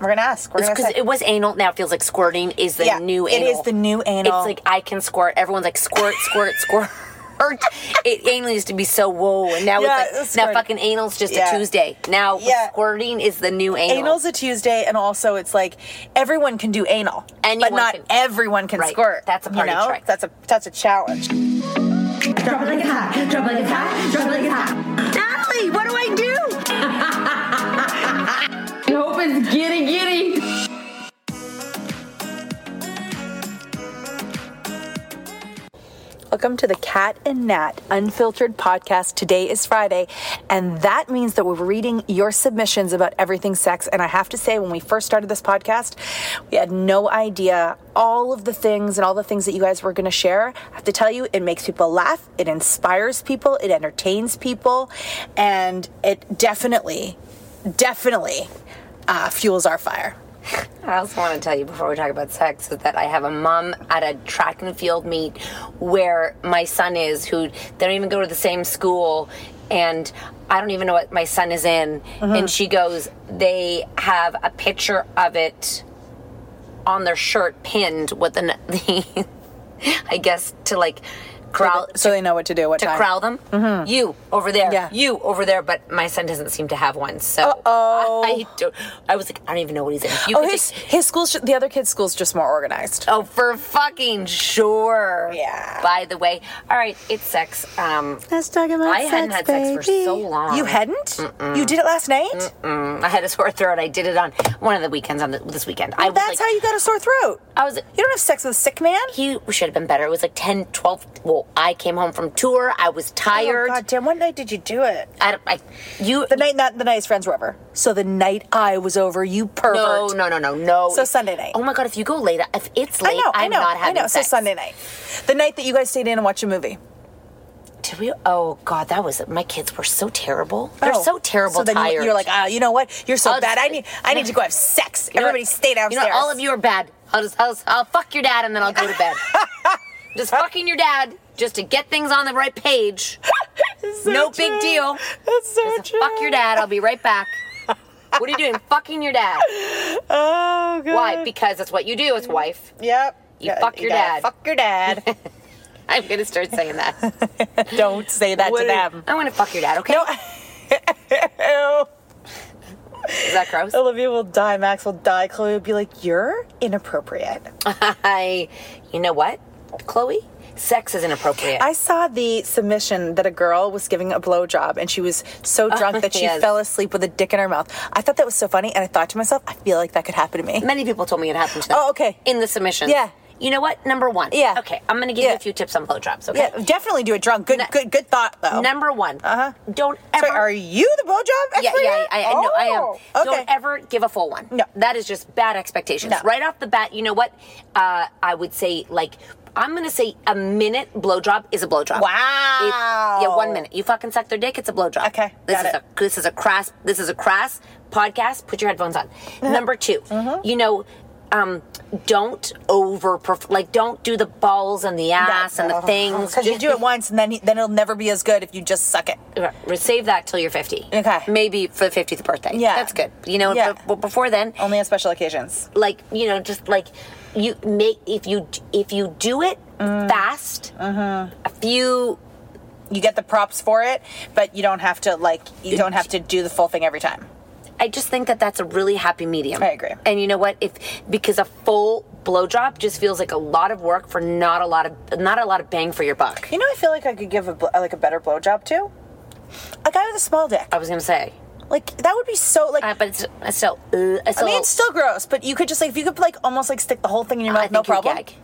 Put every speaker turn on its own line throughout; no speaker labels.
We're gonna ask. We're
It's
gonna
because
say,
it was anal. Now it feels like squirting is the
Yeah,
new
it
anal.
is the new anal.
It's like I can squirt. Everyone's like squirt, squirt, squirt. it anal used to be so whoa, and now
Yeah,
it's like
it's
now
squirting.
fucking anal's just
Yeah.
a Tuesday. Now
Yeah.
squirting is the new anal.
anal's a Tuesday, and also it's like everyone can do anal,
Anyone
but not
can-
everyone can
Right.
squirt.
That's a
you
party
know?
trick.
That's a that's a challenge.
Drop it like it's hot. Drop it like it's hot. Drop it like it's hot. Natalie, what do I do? I hope it's giddy giddy.
Welcome to the Cat and Nat Unfiltered podcast. Today is Friday, and that means that we're reading your submissions about everything sex. And I have to say, when we first started this podcast, we had no idea all of the things and all the things that you guys were going to share. I have to tell you, it makes people laugh, it inspires people, it entertains people, and it definitely, definitely uh, fuels our fire.
I also want to tell you before we talk about sex is that I have a mom at a track and field meet where my son is, who they don't even go to the same school, and I don't even know what my son is in.
Mm-hmm.
And she goes, they have a picture of it on their shirt pinned with the, n- the I guess to like corral
so they know what to do. What
to
time?
corral them. You over there.
Hmm. Yeah.
You over there. But my son doesn't seem to have one. So I, don't, I was like, I don't even know what he's in. You
Oh,
could
his
take-
his school's ju- the other kid's school's just more organized.
oh, for fucking sure.
Yeah.
By the way, all right, it's sex. Um,
Let's talk about
I hadn't had sex for so long.
You hadn't? You did it last night?
I had a sore throat. I did it on one of the weekends on the, this weekend. I
Well,
was
that's
like,
how you got a sore throat.
I was.
You don't have sex with a sick man?
He should have been better. It was like 10, 12. Well, I came home from tour. I was
Oh,
tired.
God damn, what night did you do it?
I, don't- I, you.
The night not the night his friends were over. So the night I was over, you pervert.
No, no, no, no, no.
So Sunday night.
Oh my god, if you go late, if it's
I
late,
know,
I'm
I know,
not
I
having
know. So
sex.
Sunday night. The night that you guys stayed in and watched a movie.
Did we? Oh god, that was my kids were so terrible. They're
Oh.
so terrible.
So then you-
tired.
you're like, ah, you know what? You're so
I'll
bad.
just-
I need I need to go have sex.
You know what?
Everybody stay downstairs.
You know, what? all of you are bad. I'll just, I'll, I'll fuck your dad and then I'll go to bed. just fucking your dad just to get things on the right page. no big deal.
That's so
Just
true.
fuck your dad. I'll be right back. what are you doing? Fucking your dad.
Oh god.
Why? Because that's what you do as a wife.
Yep.
You fuck your
gotta
dad.
Fuck your dad.
I'm gonna start saying that.
Don't say that to them.
I'm gonna fuck your dad. Okay.
Ew.
Is that gross?
Olivia will die. Max will die. Chloe will be like, "You're inappropriate."
I, you know what, Chloe? Sex is inappropriate.
I saw the submission that a girl was giving a blowjob, and she was so
Oh,
drunk that she
yes.
fell asleep with a dick in her mouth. I thought that was so funny, and I thought to myself, "I feel like that could happen to me."
Many people told me it happened to them.
Oh, okay.
In the submission.
Yeah.
You know what? Number one.
Yeah.
Okay, I'm gonna give you
Yeah.
a few tips on blowjobs. Okay.
Yeah, definitely do it drunk. Good, good, good thought though.
Number one. Uh huh. Don't ever.
Sorry, are you the blowjob
yeah,
expert?
yeah, I, I, no, I am.
Oh, Okay.
Don't ever give a full one.
No.
That is just bad expectations.
No.
Right off the bat, you know what? Uh, I would say, like, I'm going to say a minute blowjob is a blowjob.
Wow.
If- yeah, one minute. You fucking suck their dick, it's a blowjob.
Okay,
This
got
is
it.
a this is a crass this is a crass podcast. Put your headphones on.
Mm-hmm.
Number 2 You know, um, don't over like don't do the balls and the ass and the things.
Because you do it once, and then he- then it'll never be as good if you just suck it.
Right. Save that till you're 50.
Okay.
Maybe for the 50th birthday.
Yeah.
That's good. You know,
Yeah.
but- but before then,
Only on special occasions.
like, you know, just like you make if you if you do it fast, a few
You get the props for it, but you don't have to like you don't have to do the full thing every time.
I just think that that's a really happy medium.
I agree.
And you know what? If because a full blowjob just feels like a lot of work for not a lot of not a lot of bang for your buck.
You know, I feel like I could give a bl- like a better blowjob to a guy with a small dick.
I was gonna say,
Like that would be so like.
uh, but it's, it's still, uh, it's
I
still
mean, it's still gross, but you could just like if you could like almost like stick the whole thing in your
I
mouth,
think
no
you'd
problem.
gag.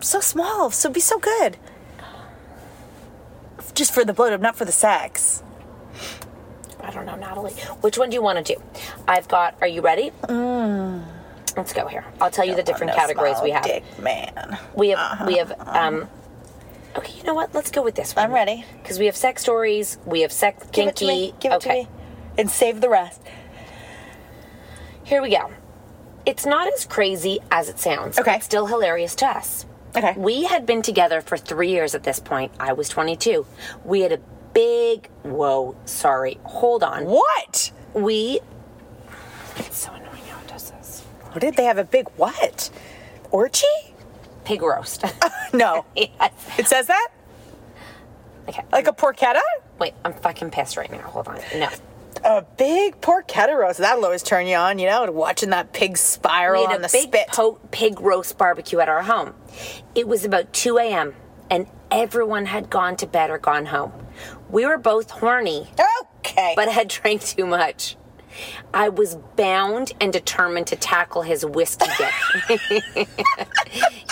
So small, so it'd be so good. Just for the blowjob, not for the sex.
I don't know, Natalie. Which one do you want to do? I've got. Are you ready? Let's go here. I'll tell you the different
Mm. No
categories
small
we have.
Dick man.
We have.
Uh-huh.
We have. Um, okay, you know what? Let's go with this one.
I'm ready.
Because we have sex stories. We have sex
Give it to
kinky.
me. Give it
okay.
to me. And save the rest.
Here we go. It's not as crazy as it sounds.
Okay.
It's still hilarious to us.
Okay.
We had been together for three years at this point. I was 22. We had a big. Whoa, sorry. Hold on.
What?
We. It's so annoying how it does this.
What did they have a big what? Orgy?
Pig roast.
No.
yes.
it says that?
Okay.
Like a porchetta?
Wait, I'm fucking pissed right now. Hold on. No.
A big porchetta roast. That'll always turn you on, you know, watching that pig spiral
We had
on the
a big
spit.
po- pig roast barbecue at our home. It was about 2 a.m., and everyone had gone to bed or gone home. We were both horny,
okay.
but had drank too much. I was bound and determined to tackle his whiskey dick.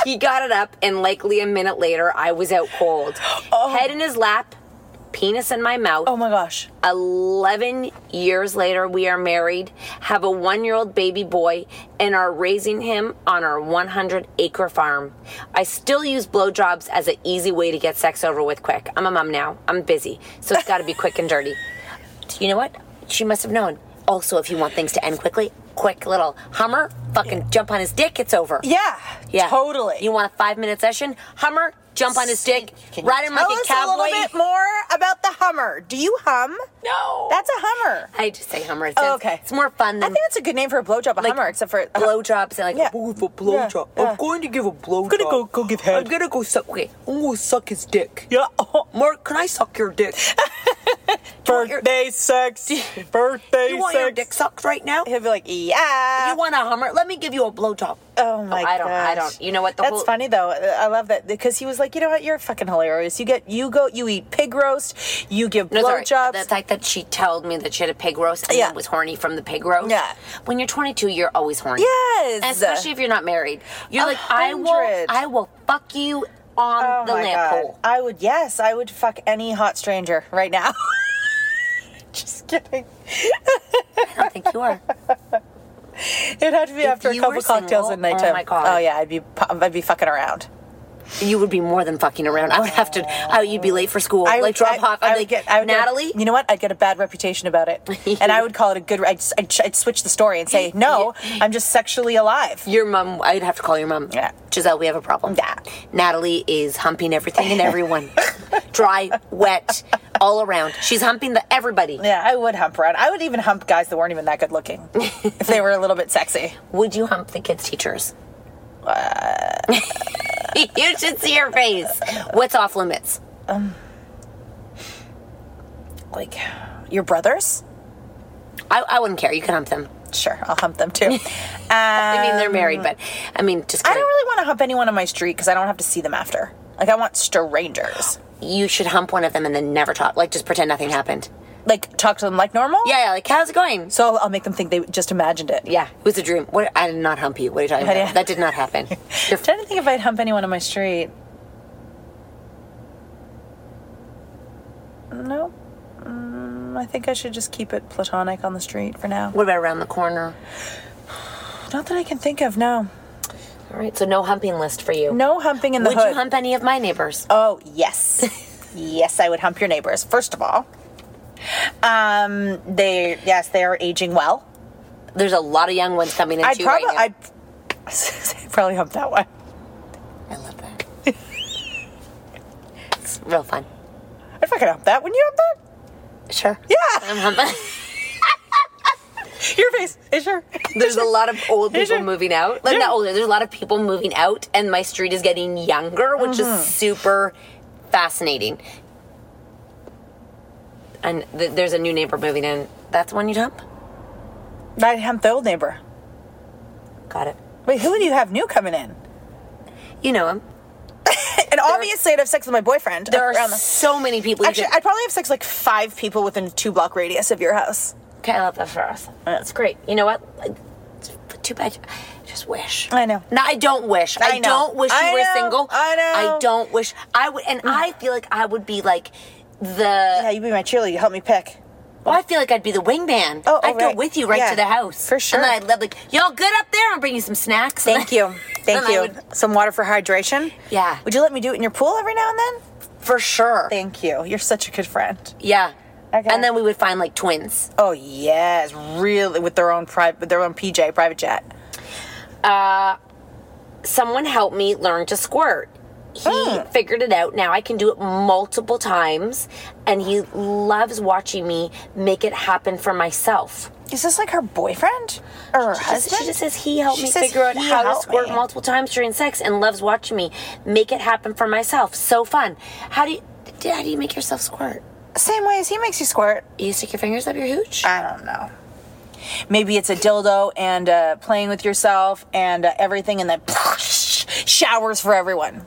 he got it up, and likely a minute later, I was out cold. Head in his lap, penis in my mouth.
oh my gosh.
11 years later, we are married, have a one year old baby boy, and are raising him on our 100 acre farm. I still use blowjobs as an easy way to get sex over with quick. I'm a mom now. I'm busy. So it's got to be quick and dirty. You know what? She must have known. Also, if you want things to end quickly, quick little Hummer, fucking jump on his dick, it's over.
Yeah, totally.
You want a five minute session? Hummer, jump on his dick,
Can you
ride him like
tell
a
us
cowboy.
a little bit more about the Hummer. Do you hum?
No.
That's a Hummer.
I just say Hummer. It's,
Oh, okay.
It's more fun
I
than
think that's a good name for a blowjob, a
like
Hummer, except for uh,
blowjobs and like
Yeah.
"Ooh, for blowjob.
Yeah, yeah.
I'm going to give a blowjob.
gonna go- go give head.
I'm gonna go suck. Okay, I'm gonna suck his dick.
Yeah.
Mark, can I suck your dick?
Birthday sex. Birthday
you want
sex.
your dick sucked right now?
He'll be like, yeah.
You want a Hummer? Let me give you a blowjob.
Oh my
I don't. I
gosh.
don't. You know what? The
That's
whole,
funny though. I love that because he was like, you know what, you're fucking hilarious. You get, you go, you eat pig roast, you give
No, sorry.
blowjobs.
The fact that she told me that she had a pig roast and
Yeah.
then was horny from the pig roast.
Yeah.
When you're 22, you're always horny.
Yes.
And especially if you're not married. You're
A
like, I will,
hundred.
I will fuck you on
oh
the
my
lamp
God.
pole.
I would, yes, I would fuck any hot stranger right now. Just kidding.
I don't think you are.
It'd have to be after a
you
couple
were
cocktails
single,
at night
oh
time.
my God.
Oh yeah, I'd be, pu- I'd be fucking around.
You would be more than fucking around. I would have to. I, you'd be late for school.
I
like
would
drop off. I'd
would
like
would get-
Natalie.
you know what? I'd get a bad reputation about it, and I would call it a good. I'd, s- I'd, ch- I'd switch the story and say, no, I'm just sexually alive.
your mom. I'd have to call your mom.
Yeah.
Giselle, we have a problem.
Yeah.
Natalie is humping everything and everyone, dry, wet, all around. She's humping the everybody.
Yeah, I would hump around. I would even hump guys that weren't even that good looking if they were a little bit sexy.
Would you hump the kids' teachers? you should see her face. What's off limits?
Um, Like your brothers?
I, I wouldn't care. You can hump them.
Sure, I'll hump them too.
I mean, they're married, but I mean, just
I
kind
don't really want to hump anyone on my street because I don't have to see them after. Like I want strangers.
you should hump one of them and then never talk. Like, just pretend nothing happened.
Like talk to them like normal.
Yeah, yeah. Like, how's it going?
So I'll make them think they just imagined it.
Yeah, it was a dream. What? I did not hump you. What are you talking about?
Yeah.
That did not happen. You're
I'm trying to think if I'd hump anyone on my street. No. Mm, I think I should just keep it platonic on the street for now.
What about around the corner?
Not that I can think of, no.
All right, so no humping list for you.
No humping in the
Would
hood.
you hump any of my neighbors?
Oh, yes. yes, I would hump your neighbors. First of all, um, they yes, they are aging well.
There's a lot of young ones coming into
I'd
you
probably
right
I'd, I'd probably hump that one.
now. I love that. it's real fun.
I'd fucking hump that. Wouldn't Uh, you hump
Sure.
that? Yeah.
I'm humping.
Your face. Is your
There's a lot of old
Is
people
it-
moving out. Like, not older. There's a lot of people moving out, and my street is getting younger, which is
Mm-hmm.
super fascinating. And th- there's a new neighbor moving in. That's the one you'd hump?
I'd hump the old neighbor.
Got it.
Wait, who do you have new coming in?
You know him.
And obviously, I'd have sex with my boyfriend.
There are
around the-
so many people. you
Actually,
could-
I'd probably have sex with like five people within a two block radius of your house.
Okay, I love that for us. That's great. You know what? It's Too bad. I just wish.
I know.
No, I don't wish. I,
I know.
don't wish you
I
were
know.
single.
I know. Mm.
I don't wish. I would, and I feel like I would be like the.
Yeah, you'd be my cheerleader. You help me pick.
Well, I feel like I'd be the wingman.
Oh, oh,
I'd go
right.
with you right
Yeah,
to the house
for sure.
And then I'd love like y'all good up there. I'll bring you some snacks.
Thank you. Thank
Then I
you.
would-
Some water for hydration.
Yeah.
Would you let me do it in your pool every now and then?
for sure.
Thank you. You're such a good friend.
yeah.
Okay.
And then we would find like twins.
Oh yes, really with their own private with their own PJ private jet.
Uh, Someone helped me learn to squirt. He
Mm.
figured it out. Now I can do it multiple times, and he loves watching me make it happen for myself.
Is this like her boyfriend or her
She just-
husband?
She just says he helped
She
me
says
figure out
he
how to
helped
squirt
me.
multiple times during sex and loves watching me make it happen for myself. So fun. How do you, how do you make yourself squirt?
Same way as he makes you squirt.
You stick your fingers up your hooch?
I don't know. Maybe it's a dildo and uh, playing with yourself and uh, everything, and then showers for everyone.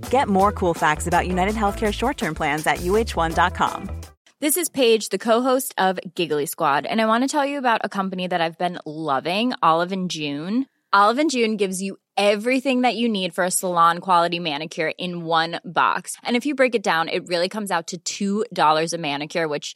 Get more cool facts about United Healthcare short term plans at uh1.com.
This is Paige, the co-host of Giggly Squad, and I want to tell you about a company that I've been loving, Olive and June. Olive and June gives you everything that you need for a salon quality manicure in one box. And if you break it down, it really comes out to $2 a manicure, which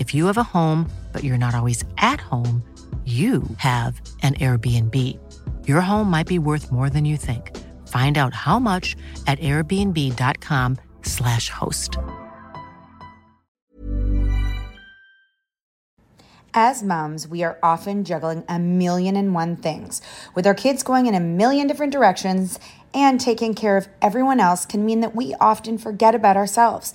If you have a home, but you're not always at home, you have an Airbnb. Your home might be worth more than you think. Find out how much at airbnb.com/slash host.
As moms, we are often juggling a million and one things. With our kids going in a million different directions and taking care of everyone else can mean that we often forget about ourselves.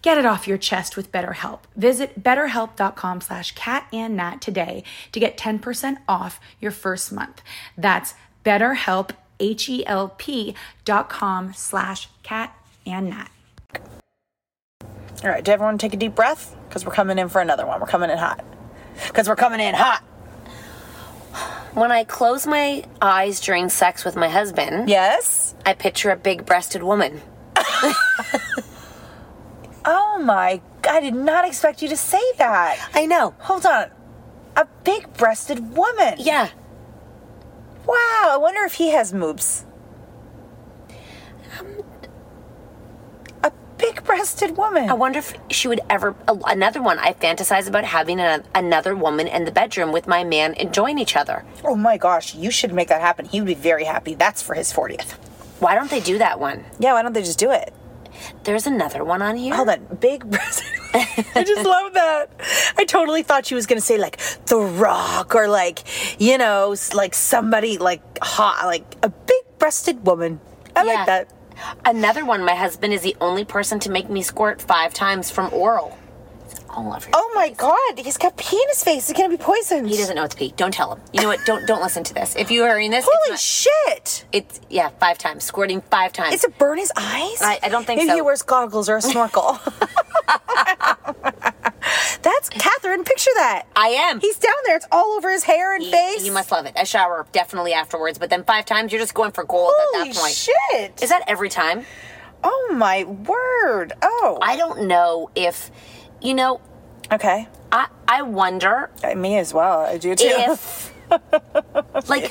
Get it off your chest with BetterHelp. Visit betterhelp.com slash cat and nat today to get 10% off your first month. That's betterhelp, H-E-L-P dot com slash cat and nat.
All right, do everyone take a deep breath? Because we're coming in for another one. We're coming in hot. Because we're coming in hot.
When I close my eyes during sex with my husband,
Yes?
I picture a big breasted woman.
Oh my, I did not expect you to say that.
I know.
Hold on. A big breasted woman.
Yeah.
Wow, I wonder if he has moobs. a big breasted woman.
I wonder if she would ever. a- Another one. I fantasize about having an, another woman in the bedroom with my man enjoying each other.
Oh my gosh, you should make that happen. He would be very happy. That's for his 40th.
Why don't they do that one?
Yeah, why don't they just do it?
There's another one on here.
Hold on, big breasted. I just love that. I totally thought she was gonna say like The Rock or like you know s- like somebody like hot like a big breasted woman. I
Yeah.
like that.
Another one. My husband is the only person to make me squirt five times from oral. It's all over.
Oh my god, he's got pee in his face. He's gonna be poisoned.
He doesn't know it's pee. Don't tell him. You know what? Don't don't listen to this. If you're hearing this,
Holy
it's,
shit!
not, it's yeah, five times squirting, five times.
Is it burn his eyes?
I- I don't think
Maybe
so.
he wears goggles or a snorkel. That's Catherine. Picture that.
I am.
He's down there. It's all over his hair and
He-
face.
He must love it. A shower definitely afterwards, but then five times you're just going for gold
Holy
at that point.
shit!
Is that every time?
oh my word! Oh,
I don't know if you know.
okay.
I I wonder
Uh, Me as well. I do too.
if like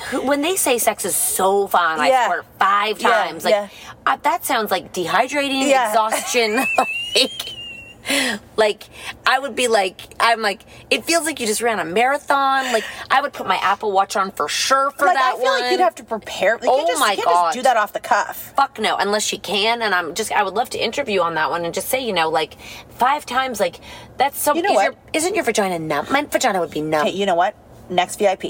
who- when they say sex is so fun, I
Yeah.
swear five
Yeah,
times. Like
yeah.
uh, that sounds like dehydrating,
Yeah.
exhaustion. like, like I would be like, I'm like, it feels like you just ran a marathon. Like I would put my Apple Watch on for sure for
like
that
I feel
one.
like you'd have to prepare. Like, you
Oh
can't just,
my
you can't
God.
Just do that off the cuff.
fuck no unless she can and i'm just i would love to interview on that one and just say you know like five times like that's so
You know
is
what?
Your, isn't your vagina numb my vagina would be numb
Hey, you know what? Next VIP.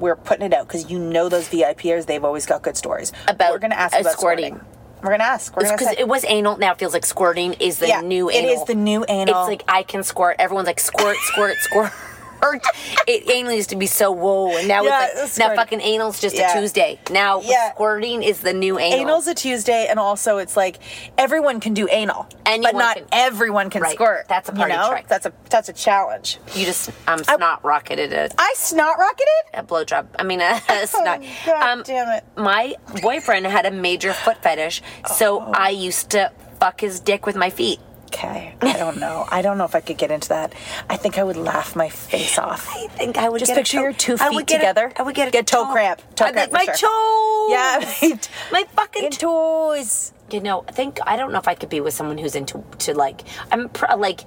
We're putting it out because you know those VIPers. They've always got good stories.
About,
we're gonna ask
uh,
about
squirting.
squirting. We're gonna ask. We're gonna
because
say-
it was anal now it feels like squirting is the
Yeah,
new
it
anal
is the new anal.
it's like i can squirt everyone's like squirt squirt squirt it anal used to be so whoa and now
Yeah,
it's like
it's
now
squirting.
fucking anal's just
Yeah.
a tuesday now
Yeah.
squirting is the new anal
Anal's a Tuesday, and also it's like everyone can do anal,
Anyone
but not
can-
everyone can
Right.
squirt.
That's a
you
party
know?
trick.
That's a that's a challenge.
you just i'm snot rocketed it
I snot rocketed. Oh,
a blowjob. I mean, a, a snot. Um,
God damn it.
My boyfriend had a major foot fetish, so
Oh.
I used to fuck his dick with my feet.
Okay, I don't know. I don't know if I could get into that. I think I would laugh my face off.
I think I would
Just
get a
picture
toe-
your two
I
feet
would get a-
together.
I would get a
Get toe cramp. Toe
I'd be
cramp
like,
for
my
sure."
toes.
Yeah, right.
my fucking
Your toes.
You know, I think I don't know if I could be with someone who's into to like. I'm pr- like.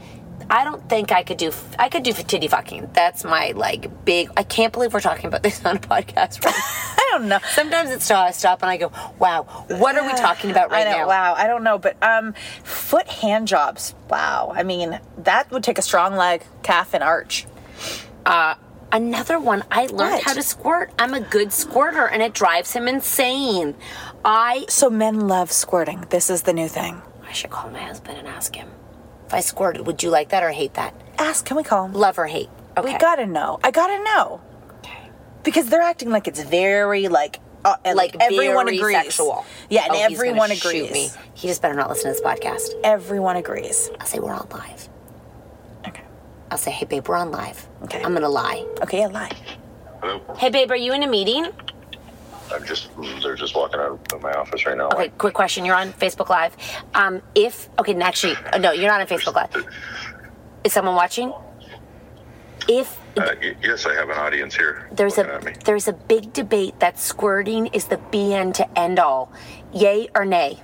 I don't think I could do. f- I could do titty fucking. That's my like big. I can't believe we're talking about this on a podcast. Right?
I don't know.
Sometimes it's I stop and I go, "Wow, what are we talking about right
I know.
now?"
Wow, I don't know, but um, foot hand jobs. Wow, I mean that would take a strong leg, calf, and arch. Uh,
Another one, I learned
What?
how to squirt. I'm a good squirter and it drives him insane. I
So men love squirting. This is the new thing.
I should call my husband and ask him. If I squirted, would you like that or hate that?
Ask. Can we call him?
Love or hate? Okay.
We gotta know. I gotta know. Because they're acting like it's very like uh, and,
like,
like, everyone
very
agrees.
sexual.
Yeah, and
Oh, he's gonna
everyone
shoot
agrees.
me. He just better not listen to this podcast.
Everyone agrees.
I'll say we're on live.
Okay.
I'll say, hey babe, we're on live.
Okay.
I'm gonna lie.
Okay, yeah, lie.
Hello.
Hey babe, are you in a meeting?
I'm just they're just walking out of my office right now.
Okay, quick question. You're on Facebook Live. Um, if okay, no, actually, oh, no, you're not on Facebook Live. Is someone watching? If
Uh, y- yes, I have an audience here.
There's
looking
a
at me.
there's a big debate that squirting is the be end to end all, yay or nay.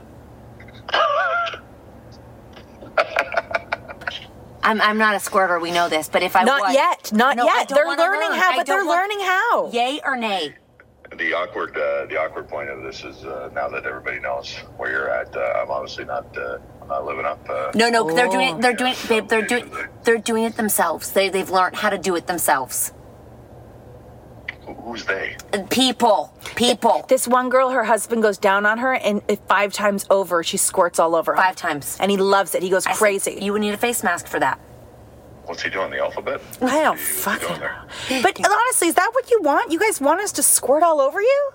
I'm, I'm not a squirter, we know this, but if I
Not
was-
yet. Not
No, I
yet.
don't
They're
wanna
learning
learn.
how,
I
but they're
don't want-
learning how.
Yay or nay?
the awkward uh, the awkward point of this is uh, now that everybody knows where you're at. Uh, I'm obviously not uh, I'm not living up. Uh,
No, no, they're doing it. They're doing, babe. They're doing, they're doing it themselves. They they've learned how to do it themselves.
who- Who's they?
People, people.
This one girl, her husband goes down on her, and if five times over, she squirts all over him.
Five times.
And he loves it. He goes
I said,
crazy.
You would need a face mask for that.
What's he doing? The alphabet?
I don't
What's he
fucking
doing there?
know. But honestly, is that what you want? You guys want us to squirt all over you?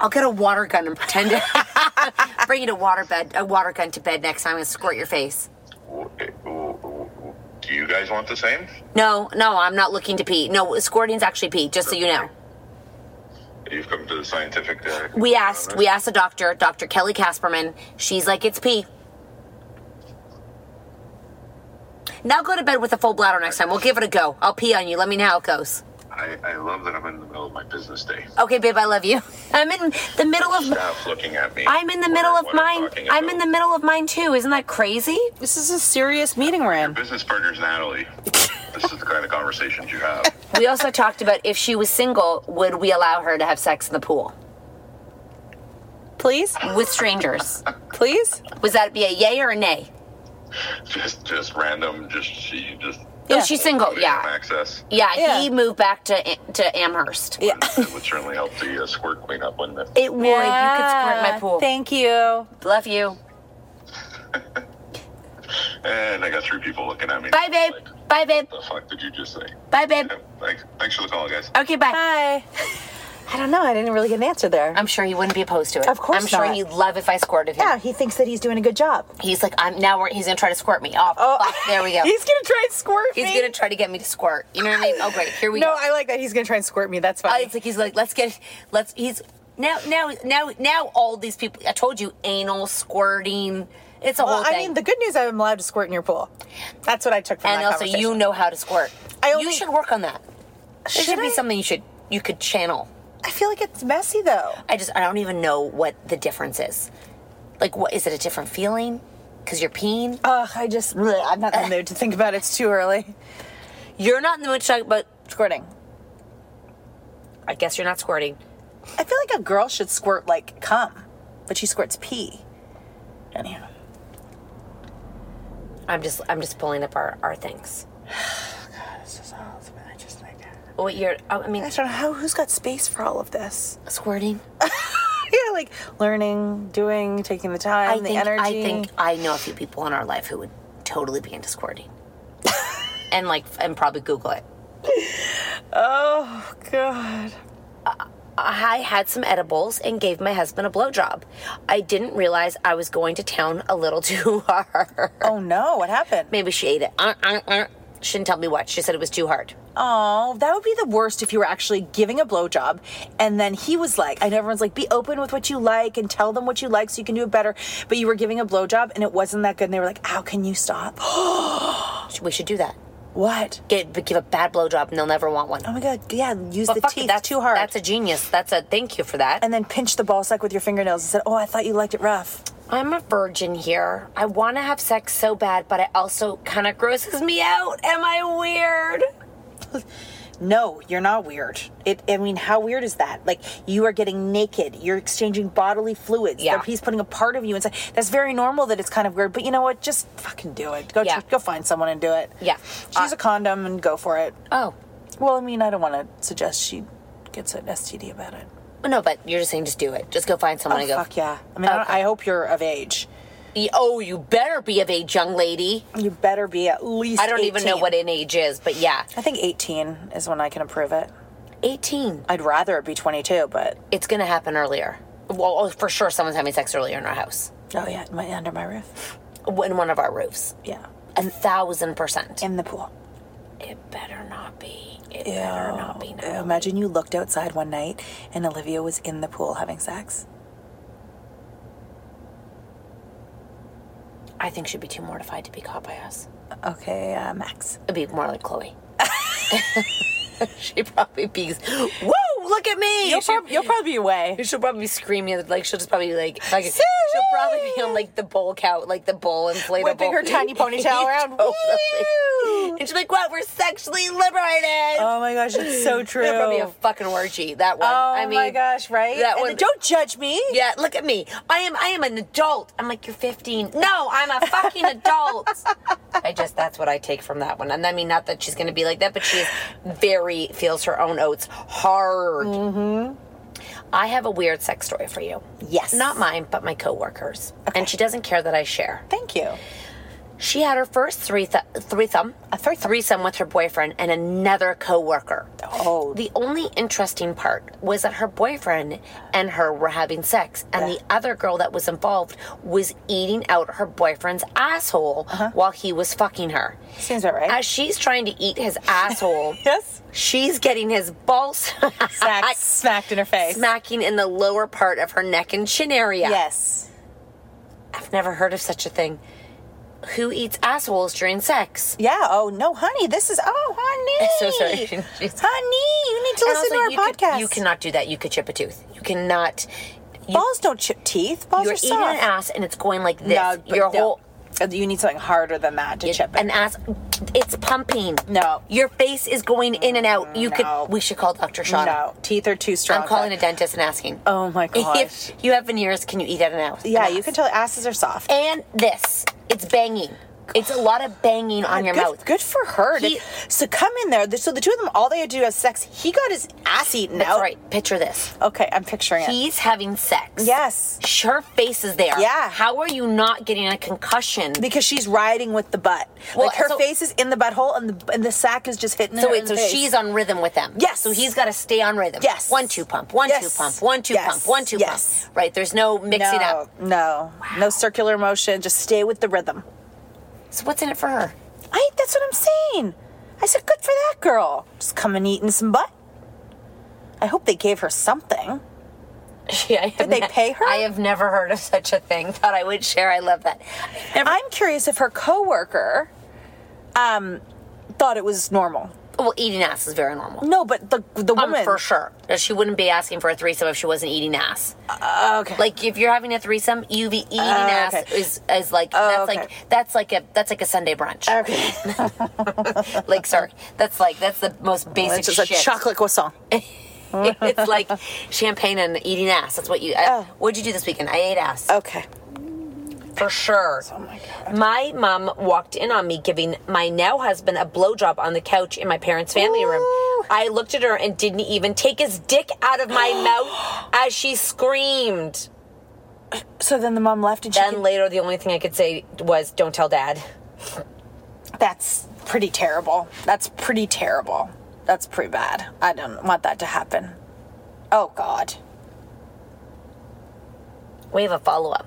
I'll get a water gun and pretend it. Bring it a water bed, a water gun to bed next time and squirt your face.
W- w- w- Do you guys want the same?
No, no, I'm not looking to pee. No, squirting's actually pee. Just so you know,
You've come to the scientific. Uh,
we asked, we asked a doctor, Dr. Kelly Casperman. She's like, it's pee. Now go to bed with a full bladder next time. We'll give it a go. I'll pee on you. Let me know how it goes.
I, I, I love that I'm in the middle of my business day.
Okay, babe, I love you. I'm in the middle of.
Staff looking at me.
I'm in the middle of
What am I
mine.
talking
I'm
about?
in the middle of mine too. Isn't that crazy? This is a serious meeting we're in.
Business partner's Natalie. this is the kind of conversations you have.
we also talked about if she was single, would we allow her to have sex in the pool? Please? With strangers. Please? Was that be a yay or a nay?
Just, just random. Just she, just
If Oh, she's single, yeah.
access.
yeah. he moved back to to Amherst. Yeah.
It would certainly help the uh, squirt queen up, wouldn't it?
It would. you could squirt
Ah,
my pool. Thank you. Love you.
And I got three people looking at me.
Bye, babe. Bye, babe.
What the fuck did you just say?
Bye, babe.
Thanks, thanks for the call, guys.
Okay, bye. Bye. I don't know. I didn't really get an answer there. I'm sure he wouldn't be opposed to it.
Of course
I'm sure
not.
he'd love if I squirted him. Yeah, he thinks that he's doing a good job. He's like, I'm now. We're, he's gonna try to squirt me. Oh, fuck, there we go.
He's gonna try and squirt
He's
me.
gonna try to get me to squirt. You know what I mean? Oh, great. Here we
No,
go.
I like that he's gonna try and squirt me. That's
Uh,
fine.
it's like he's like, let's get, let's. He's now, now, now, now. All these people. I told you, anal squirting. It's a
well,
whole
I
thing.
mean, the good news I'm allowed to squirt in your pool. That's what I took from
and
that
also, you
conversation.
know how to squirt. you should work on that. It should,
Should
be
I?
something you should you could channel.
I feel like it's messy though.
I just I don't even know what the difference is. Like, what is it? A different feeling? Because you're peeing.
Ugh, I just bleh, I'm not in the mood to think about it. It's too early.
You're not in the mood to talk about squirting. I guess you're not squirting.
I feel like a girl should squirt like cum, but she squirts pee. Anyhow,
I'm just I'm just pulling up our our things.
this is all I just like.
What you're? oh, I mean,
I don't know how, who's got space for all of this.
squirting.
yeah, like learning, doing, taking the time,
I
the
think
energy.
I think I know a few people in our life who would totally be into squirting, and like and probably Google it.
Oh God.
I had some edibles and gave my husband a blowjob. I didn't realize I was going to town a little too hard.
Oh no! What happened?
Maybe she ate it. Uh, uh, uh. She didn't tell me what. She said it was too hard.
Oh, that would be the worst if you were actually giving a blowjob and then he was like, I know everyone's like, be open with what you like and tell them what you like so you can do it better. But you were giving a blowjob and it wasn't that good. And they were like, how can you stop?
We should do that.
what?
Get, give a bad blowjob and they'll never want one.
Oh my God. Yeah, use
But
the
fuck it,
teeth.
that's
too hard.
That's a genius. That's a thank you for that.
and then pinch the ball sack with your fingernails and said, oh, I thought you liked it rough.
I'm a virgin here. I want to have sex so bad, but it also kind of grosses me out. Am I weird?
No, you're not weird. It. I mean, how weird is that? Like you are getting naked. You're exchanging bodily fluids.
Yeah.
They're- He's putting a part of you inside. That's very normal. That it's kind of weird. But you know what? Just fucking do it. Go.
Yeah.
tr- go find someone and do it.
Yeah.
She's a condom and go for it.
Oh.
Well, I mean, I don't want to suggest she gets an STD about it.
No, but you're just saying just do it. Just go find someone
Oh,
and go.
fuck yeah. I mean, I, don't,
Okay.
I hope you're of age.
Y- Oh, you better be of age, young lady.
You better be at least.
I don't even know
18.
what an age is, but yeah.
I think 18 is when I can approve it.
18.
I'd rather it be 22, but
It's going to happen earlier. Well, oh, for sure, someone's having sex earlier in our house.
oh yeah, my, under my roof.
In one of our roofs.
Yeah,
A thousand percent.
in the pool.
It better not be. It
Ew.
better not be.
Ew,
No.
Imagine you looked outside one night and Olivia was in the pool having sex.
I think she'd be too mortified to be caught by us.
Okay, uh, Max.
It'd be more like Chloe. She'd probably be, whoa, look at me. She'd-
probably be away.
She'll probably be screaming like she'll just probably be like like she'll probably be on like the bowl couch, like the bowl inflatable,
Whipping her tiny ponytail around.
Totally. and she'll be like, "Wow, we're sexually liberated."
Oh my gosh, it's so true.
That'd probably be a fucking orgy. That one.
oh
I mean,
my gosh, right?
That
And
one.
then don't judge me.
Yeah, look at me. I am. I am an adult. I'm like you're 15. No, I'm a fucking adult. I just that's what I take from that one. And I mean, not that she's going to be like that, but she is very feels her own oats hard. Mm-hmm. I have a weird sex story for you.
Yes.
Not mine, but my coworkers. And she doesn't care that I share.
Thank you.
She had her first three th- threesome, a threesome with her boyfriend and another coworker.
Oh.
The only interesting part was that her boyfriend and her were having sex, and the other girl that was involved was eating out her boyfriend's asshole while he was fucking her.
Uh-huh. Seems about right.
As she's trying to eat his asshole,
yes.
she's getting his balls
Smack, smacked in her face.
smacking in the lower part of her neck and chin area.
Yes.
I've never heard of such a thing. who eats assholes during sex?
Yeah. Oh no, honey, this is oh honey.
So sorry.
honey, you need to
And
listen
also,
to
you
our
could-
podcast.
you cannot do that. You could chip a tooth. You cannot.
balls don't chip teeth. Balls
you're
are
eating
soft.
an ass and it's going like this.
No, but
Your
no.
whole
You need something harder than that to chip it.
an ass. It's pumping.
No.
Your face is going in and out. You
No.
could. We should call Dr. Shauna.
No, teeth are too strong.
I'm calling a dentist and asking.
Oh my gosh.
If you have veneers, can you eat at an ass?
Yeah,
An
you
ass?
can tell asses are soft.
And this, it's banging. It's a lot of banging on your
good,
mouth.
Good for her. to-
He-
so come in there. So the two of them, all they do is sex. He got his ass eaten
That's
out.
right. Picture this.
Okay, I'm picturing it.
He's having sex.
Yes.
Sh- Her face is there.
Yeah.
How are you not getting a concussion?
Because she's riding with the butt.
Well,
like her
so-
face is in the butthole and the and the sack is just hitting
So
her.
wait,
in
so
the face.
she's on rhythm with them.
Yes.
So he's got to stay on rhythm.
Yes.
One two pump. One
Yes.
two pump. One two
Yes.
pump. One two
Yes.
pump. Right. There's no mixing
no,
up.
No. No circular motion. Just stay with the rhythm.
So what's in it for her?
I that's what I'm saying. I said good for that girl. Just come and eating some butt. I hope they gave her something.
Yeah, I have
Did they pay her?
I have never heard of such a thing. Thought I would share. I love that.
I'm curious if her coworker um thought it was normal.
Well, eating ass is very normal.
No, but the the
Um,
woman
for sure. She wouldn't be asking for a threesome if she wasn't eating ass.
Uh, okay. Uh,
Like if you're having a threesome, you be eating ass
okay. Oh,
is, is like that's
okay.
like that's like a that's like a Sunday brunch.
Okay.
Like sorry, that's like that's the most basic
It's just a
shit.
chocolate croissant.
it's like champagne and eating ass. That's what you. Uh,
Oh.
What'd you do this weekend? I ate ass
Okay.
for sure. Oh my god. My mom walked in on me giving my now husband a blowjob on the couch in my parents' family room. I looked at her and didn't even take his dick out of my mouth as she screamed.
So then the mom left and she
Then
could-
later, the only thing I could say was, "Don't tell dad."
That's pretty terrible. That's pretty terrible. That's pretty bad. I don't want that to happen. Oh god.
We have a follow up.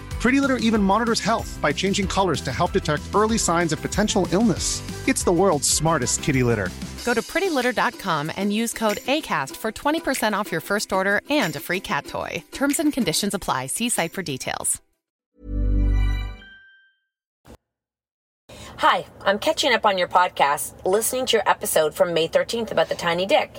Pretty Litter even monitors health by changing colors to help detect early signs of potential illness. It's the world's smartest kitty litter.
Go to prettylitter.com and use code ACAST for 20% off your first order and a free cat toy. Terms and conditions apply. See site for details.
Hi, I'm catching up on your podcast, listening to your episode from May 13th about the tiny dick.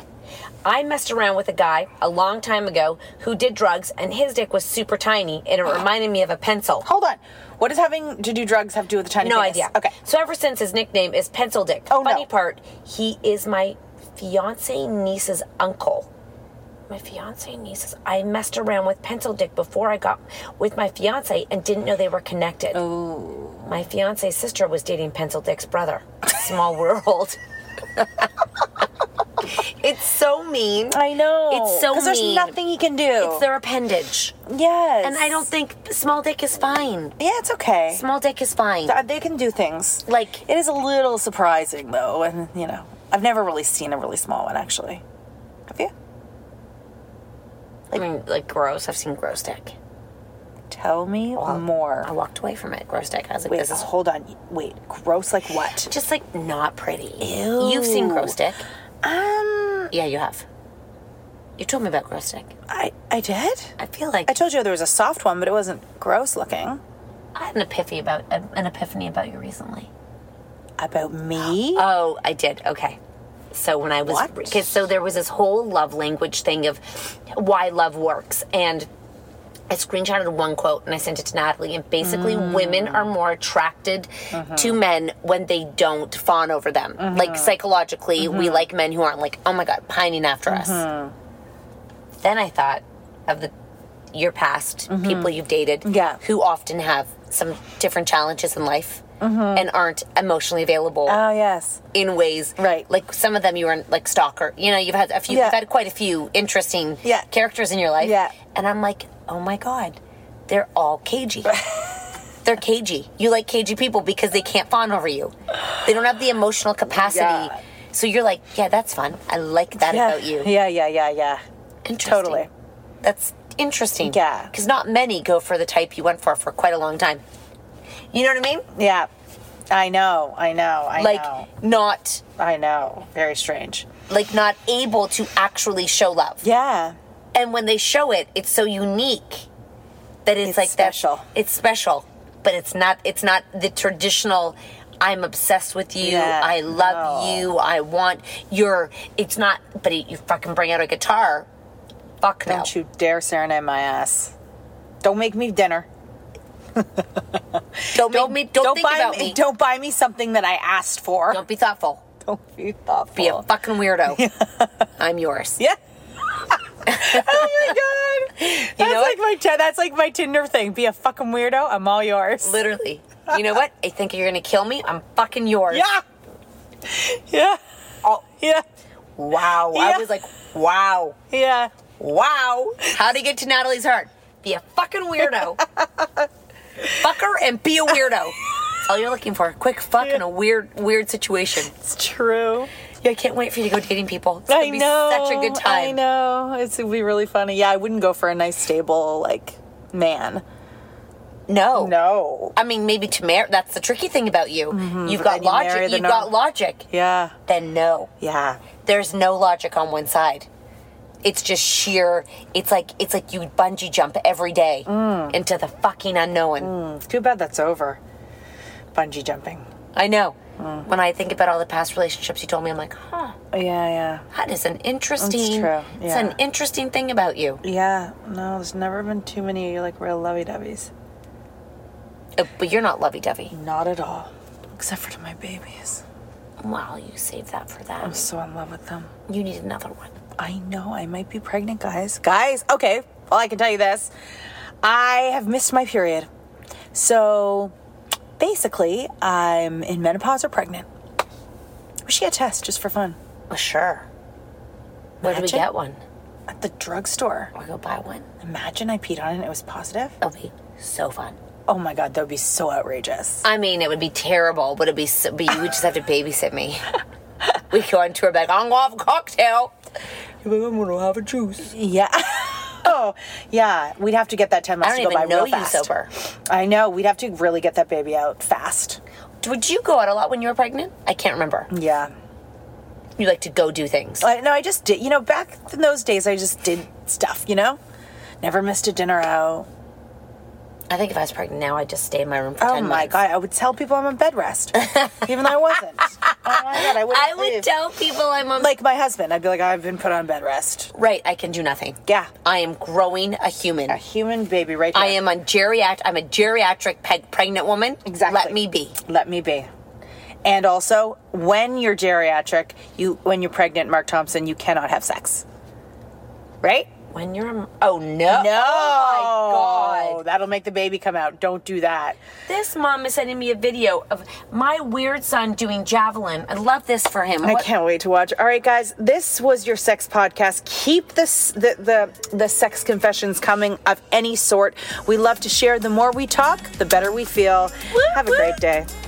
I messed around with a guy a long time ago who did drugs, and his dick was super tiny, and it reminded me of a pencil.
Hold on. What does having to do drugs have to do with the tiny
No
penis?
idea.
Okay.
So ever since his nickname is Pencil Dick. Oh, Funny part, he is my fiance niece's uncle. My fiance nieces. I messed around with Pencil Dick before I got with my fiance and didn't know they were connected. Oh. My fiance's sister was dating Pencil Dick's brother. Small world. it's so mean.
I know.
It's so mean.
Because there's nothing he can do.
It's their appendage.
Yes.
And I don't think small dick is fine.
Yeah, it's okay.
Small dick is fine.
Uh, They can do things.
Like
it is a little surprising though, and you know, I've never really seen a really small one actually. Have you?
I mean, like gross. I've seen gross dick.
Tell me more.
I walked away from it. Gross dick. I was like,
Wait,
this is
hold on. Wait, gross like what?
just like not pretty. You've seen gross dick.
Um,
Yeah, you have. You told me about Grossnick.
I, I did?
I feel like.
I told you there was a soft one, but it wasn't gross looking.
I had an epiphany about an epiphany about you recently.
About me?
Oh, I did. Okay. So when I was because so there was this whole love language thing of why love works and I screenshotted one quote and I sent it to Natalie and basically
Mm.
women are more attracted
Uh-huh.
to men when they don't fawn over them. Like psychologically, we
Uh-huh.
like men who aren't like, "Oh my god, pining after us." Then I thought of the your past,
Mhm.
people you've dated Mm-hmm. yeah. who often have some different challenges in life
Mhm.
and aren't emotionally available.
Oh, yes.
In ways Ah, right. like some of them you were in, like stalker. You know, you've had a few
Yeah.
you've had quite a few interesting characters in your life. Yeah. And I'm like, "Oh my god, they're all cagey." they're cagey. You like cagey people because they can't fawn over you. They don't have the emotional capacity.
Yeah.
So you're like, "Yeah, that's fun. I like that
yeah.
about you."
Yeah, yeah, yeah, yeah.
Totally. That's interesting. Yeah. Because not many go for the type you went for for quite a long time. You know what I mean?
Yeah. I know, I know, I
Like,
know.
not.
I know. Very strange.
Like, not able to actually show love.
Yeah.
And when they show it, it's so unique that it's, like special. That, it's special, but it's not. It's not the traditional. I'm obsessed with you.
Yeah,
I love you. I want your. It's not. But you fucking bring out a guitar. Fuck no.
Don't you dare serenade my ass. Don't make me dinner.
don't, make me. Don't, think
buy
about
me,
me.
Don't buy me something that I asked for.
Don't be thoughtful.
Don't be thoughtful.
Be a fucking weirdo. I'm yours.
Yeah. oh my god. that's like my ti- that's like my Tinder thing. Be a fucking weirdo. I'm all yours.
Literally. You know what? I think you're gonna kill me. I'm fucking yours.
Yeah. Yeah.
Oh.
Yeah.
Wow. I
Yeah.
was like, wow.
Yeah.
Wow. How to get to Natalie's heart? Be a fucking weirdo. fuck her and be a weirdo. That's all you're looking for. Quick fuck in a weird, weird situation.
It's true.
Yeah, I can't wait for you to go dating people. It's gonna
I
be
know.
such a good time.
I know. It's gonna be really funny. Yeah, I wouldn't go for a nice stable like man.
No.
No.
I mean, maybe to marry. That's the tricky thing about you. You've
Hmm, but
got
then you
logic.
marry the
You've
no-
got logic.
Yeah.
Then no.
Yeah.
There's no logic on one side. It's just sheer. It's like it's like you bungee jump every day into the fucking unknown.
Hmm. Too bad that's over. Bungee jumping. Hmm.
I know. When I think about all the past relationships you told me, I'm like, huh,
Oh, Yeah, yeah.
that is an interesting.
That's true.
It's
Yeah.
an interesting thing about you.
Yeah. No, there's never been too many like real lovey doveys.
Uh, But you're not lovey-dovey.
Not at all. Except for to my babies.
Wow, you saved that for that.
I'm so in love with them.
You need another one.
I know I might be pregnant, guys. Guys, okay. Well, I can tell you this. I have missed my period. So basically, I'm in menopause or pregnant. We should get a test just for fun.
Well, sure. Where do we
Imagine.
get one?
At the drugstore.
Or go buy one?
Imagine I peed on it and it was positive.
That'll be so fun.
Oh my god, that would be so outrageous.
I mean, it would be terrible, but it'd be. So, but you would just have to babysit me. we go on tour back. I'm gonna have a cocktail.
I'm gonna have a juice. Yeah. oh, yeah. We'd have to get that 10
I
months
don't
to go by
even know
real
you
fast.
sober.
I know. We'd have to really get that baby out fast.
Would you go out a lot when you were pregnant? I can't remember.
Yeah.
You like to go do things.
I, no, I just did. You know, back in those days, I just did stuff. You know, never missed a dinner out.
I think if I was pregnant now, I'd just stay in my room for
Oh
10
my
months.
god, I would tell people I'm on bed rest, even though I wasn't. Oh my god, I would.
I would tell people I'm on.
like my husband. I'd be like, I've been put on bed rest.
right, I can do nothing.
Yeah,
I am growing a human.
a human baby right there.
I am a geriatric. I'm a geriatric peg- pregnant woman.
Exactly.
Let me be.
Let me be. And also, when you're geriatric, you when you're pregnant, Mark Thompson, you cannot have sex. Right?
When you're a, oh no
No.
oh my god
That'll make the baby come out. Don't do that.
this mom is sending me a video of my weird son doing javelin. I love this for him.
I
What-
can't wait to watch. All right, guys, this was your sex podcast. Keep this the, the the sex confessions coming of any sort. We love to share. The more we talk, the better we feel. Have a great day.